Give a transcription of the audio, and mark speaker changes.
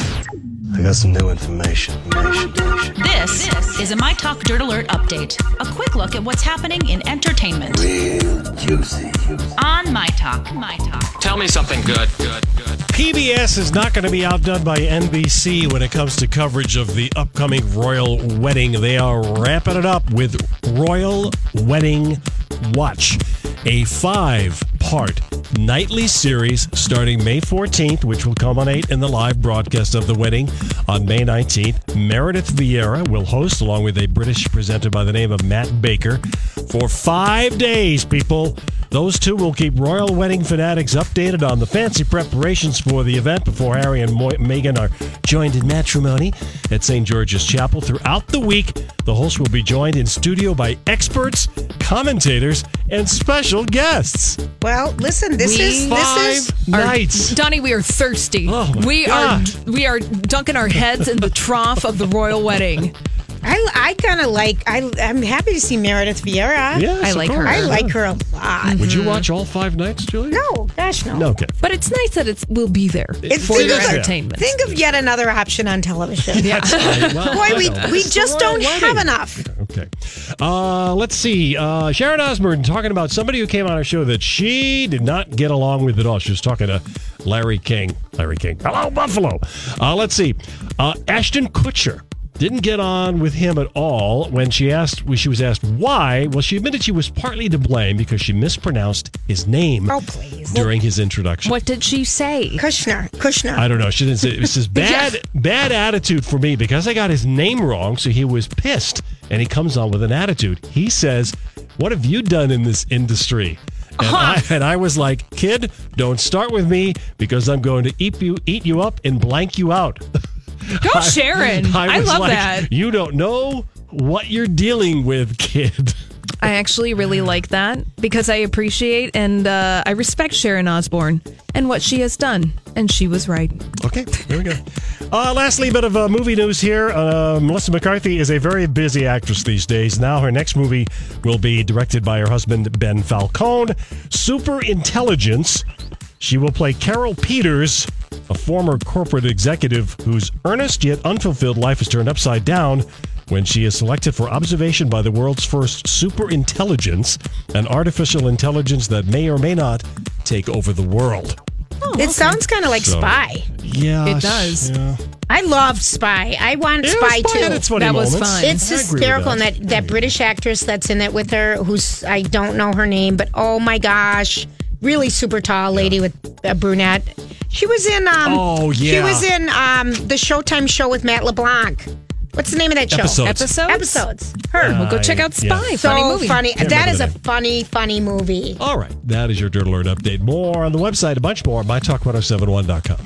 Speaker 1: I got some new information. information, information.
Speaker 2: This is a My Talk Dirt Alert update. A quick look at what's happening in entertainment
Speaker 1: Real juicy.
Speaker 2: on My Talk. My Talk.
Speaker 3: Tell me something good. Good, good.
Speaker 4: PBS is not going to be outdone by NBC when it comes to coverage of the upcoming royal wedding. They are ramping it up with Royal Wedding Watch, a five part nightly series starting May 14th, which will culminate in the live broadcast of the wedding on May 19th. Meredith Vieira will host, along with a British presenter by the name of Matt Baker, for five days, people. Those two will keep royal wedding fanatics updated on the fancy preparations for the event before Harry and Mo- Meghan are joined in matrimony at St. George's Chapel. Throughout the week, the hosts will be joined in studio by experts, commentators, and special guests.
Speaker 5: Well, listen, this
Speaker 6: We-
Speaker 5: is this
Speaker 4: Five
Speaker 5: is
Speaker 4: nights.
Speaker 6: Donnie, we are thirsty.
Speaker 4: Oh, my
Speaker 6: we
Speaker 4: God.
Speaker 6: are we are dunking our heads in the trough of the royal wedding.
Speaker 5: I I kind of like I I'm happy to see Meredith Vieira.
Speaker 4: Yes,
Speaker 6: I
Speaker 4: of
Speaker 6: like her.
Speaker 4: course.
Speaker 5: I like her a lot.
Speaker 4: Would you watch all five nights, Julia?
Speaker 5: No, gosh no.
Speaker 4: Mm. No, okay.
Speaker 6: But it's nice that it's we'll be there
Speaker 5: It's
Speaker 6: for your
Speaker 5: think of-
Speaker 6: entertainment.
Speaker 5: Think of yet another option on television.
Speaker 6: yeah.
Speaker 5: Boy, we we just don't have
Speaker 4: enough.
Speaker 5: enough.
Speaker 4: Okay. Uh, let's see. Uh, Sharon Osbourne talking about somebody who came on our show that she did not get along with at all. She was talking to Larry King. Larry King. Hello, Buffalo. Uh, let's see. Uh, Ashton Kutcher didn't get on with him at all when she asked when she was asked why well she admitted she was partly to blame because she mispronounced his name
Speaker 5: Oh please,
Speaker 4: during his introduction
Speaker 6: What did she say?
Speaker 5: Kushner, Kushner.
Speaker 4: I don't know. She didn't say it says bad bad attitude for me because I got his name wrong, so he was pissed and he comes on with an attitude. He says, What have you done in this industry? And,
Speaker 6: Uh-huh.
Speaker 4: I, and I was like, kid, don't start with me because I'm going to eat you eat you up and blank you out.
Speaker 6: Go, Sharon. I,
Speaker 4: was
Speaker 6: love
Speaker 4: like,
Speaker 6: that.
Speaker 4: You don't know what you're dealing with, kid.
Speaker 6: I actually really like that because I appreciate and uh, I respect Sharon Osbourne and what she has done, and she was right.
Speaker 4: Okay, there we go. Uh, lastly, a bit of uh, movie news here. Uh, Melissa McCarthy is a very busy actress these days. Now, her next movie will be directed by her husband, Ben Falcone. Super Intelligence. She will play Carol Peters, a former corporate executive whose earnest yet unfulfilled life is turned upside down when she is selected for observation by the world's first super intelligence, an artificial intelligence that may or may not take over the world.
Speaker 5: it sounds kind of like
Speaker 4: So-
Speaker 5: Spy.
Speaker 4: Yeah,
Speaker 6: It does.
Speaker 4: Yeah.
Speaker 5: I love Spy. I want
Speaker 4: Yeah,
Speaker 5: Spy
Speaker 4: Spy
Speaker 5: too.
Speaker 4: had its funny
Speaker 6: That was
Speaker 4: moments.
Speaker 6: fun.
Speaker 5: It's
Speaker 4: I agree with
Speaker 5: hysterical, and that, that British actress that's in it with her, who's I don't know her name, but oh my gosh, really super tall lady with a brunette. She was in um,
Speaker 4: Oh,
Speaker 5: she
Speaker 4: yeah.
Speaker 5: was in um the Showtime show with Matt LeBlanc. What's the name of that show?
Speaker 4: Episodes.
Speaker 6: Episodes?
Speaker 5: Episodes. Her.
Speaker 4: Uh,
Speaker 6: We'll go check out
Speaker 4: Yeah.
Speaker 6: Spy.
Speaker 5: so
Speaker 6: funny movie.
Speaker 4: Can't
Speaker 5: That
Speaker 4: remember
Speaker 5: is
Speaker 4: the
Speaker 5: a
Speaker 4: name.
Speaker 5: funny, funny movie.
Speaker 4: oh All right, that is your Dirt Alert update. More on the website, a bunch more at mytalk1071.com.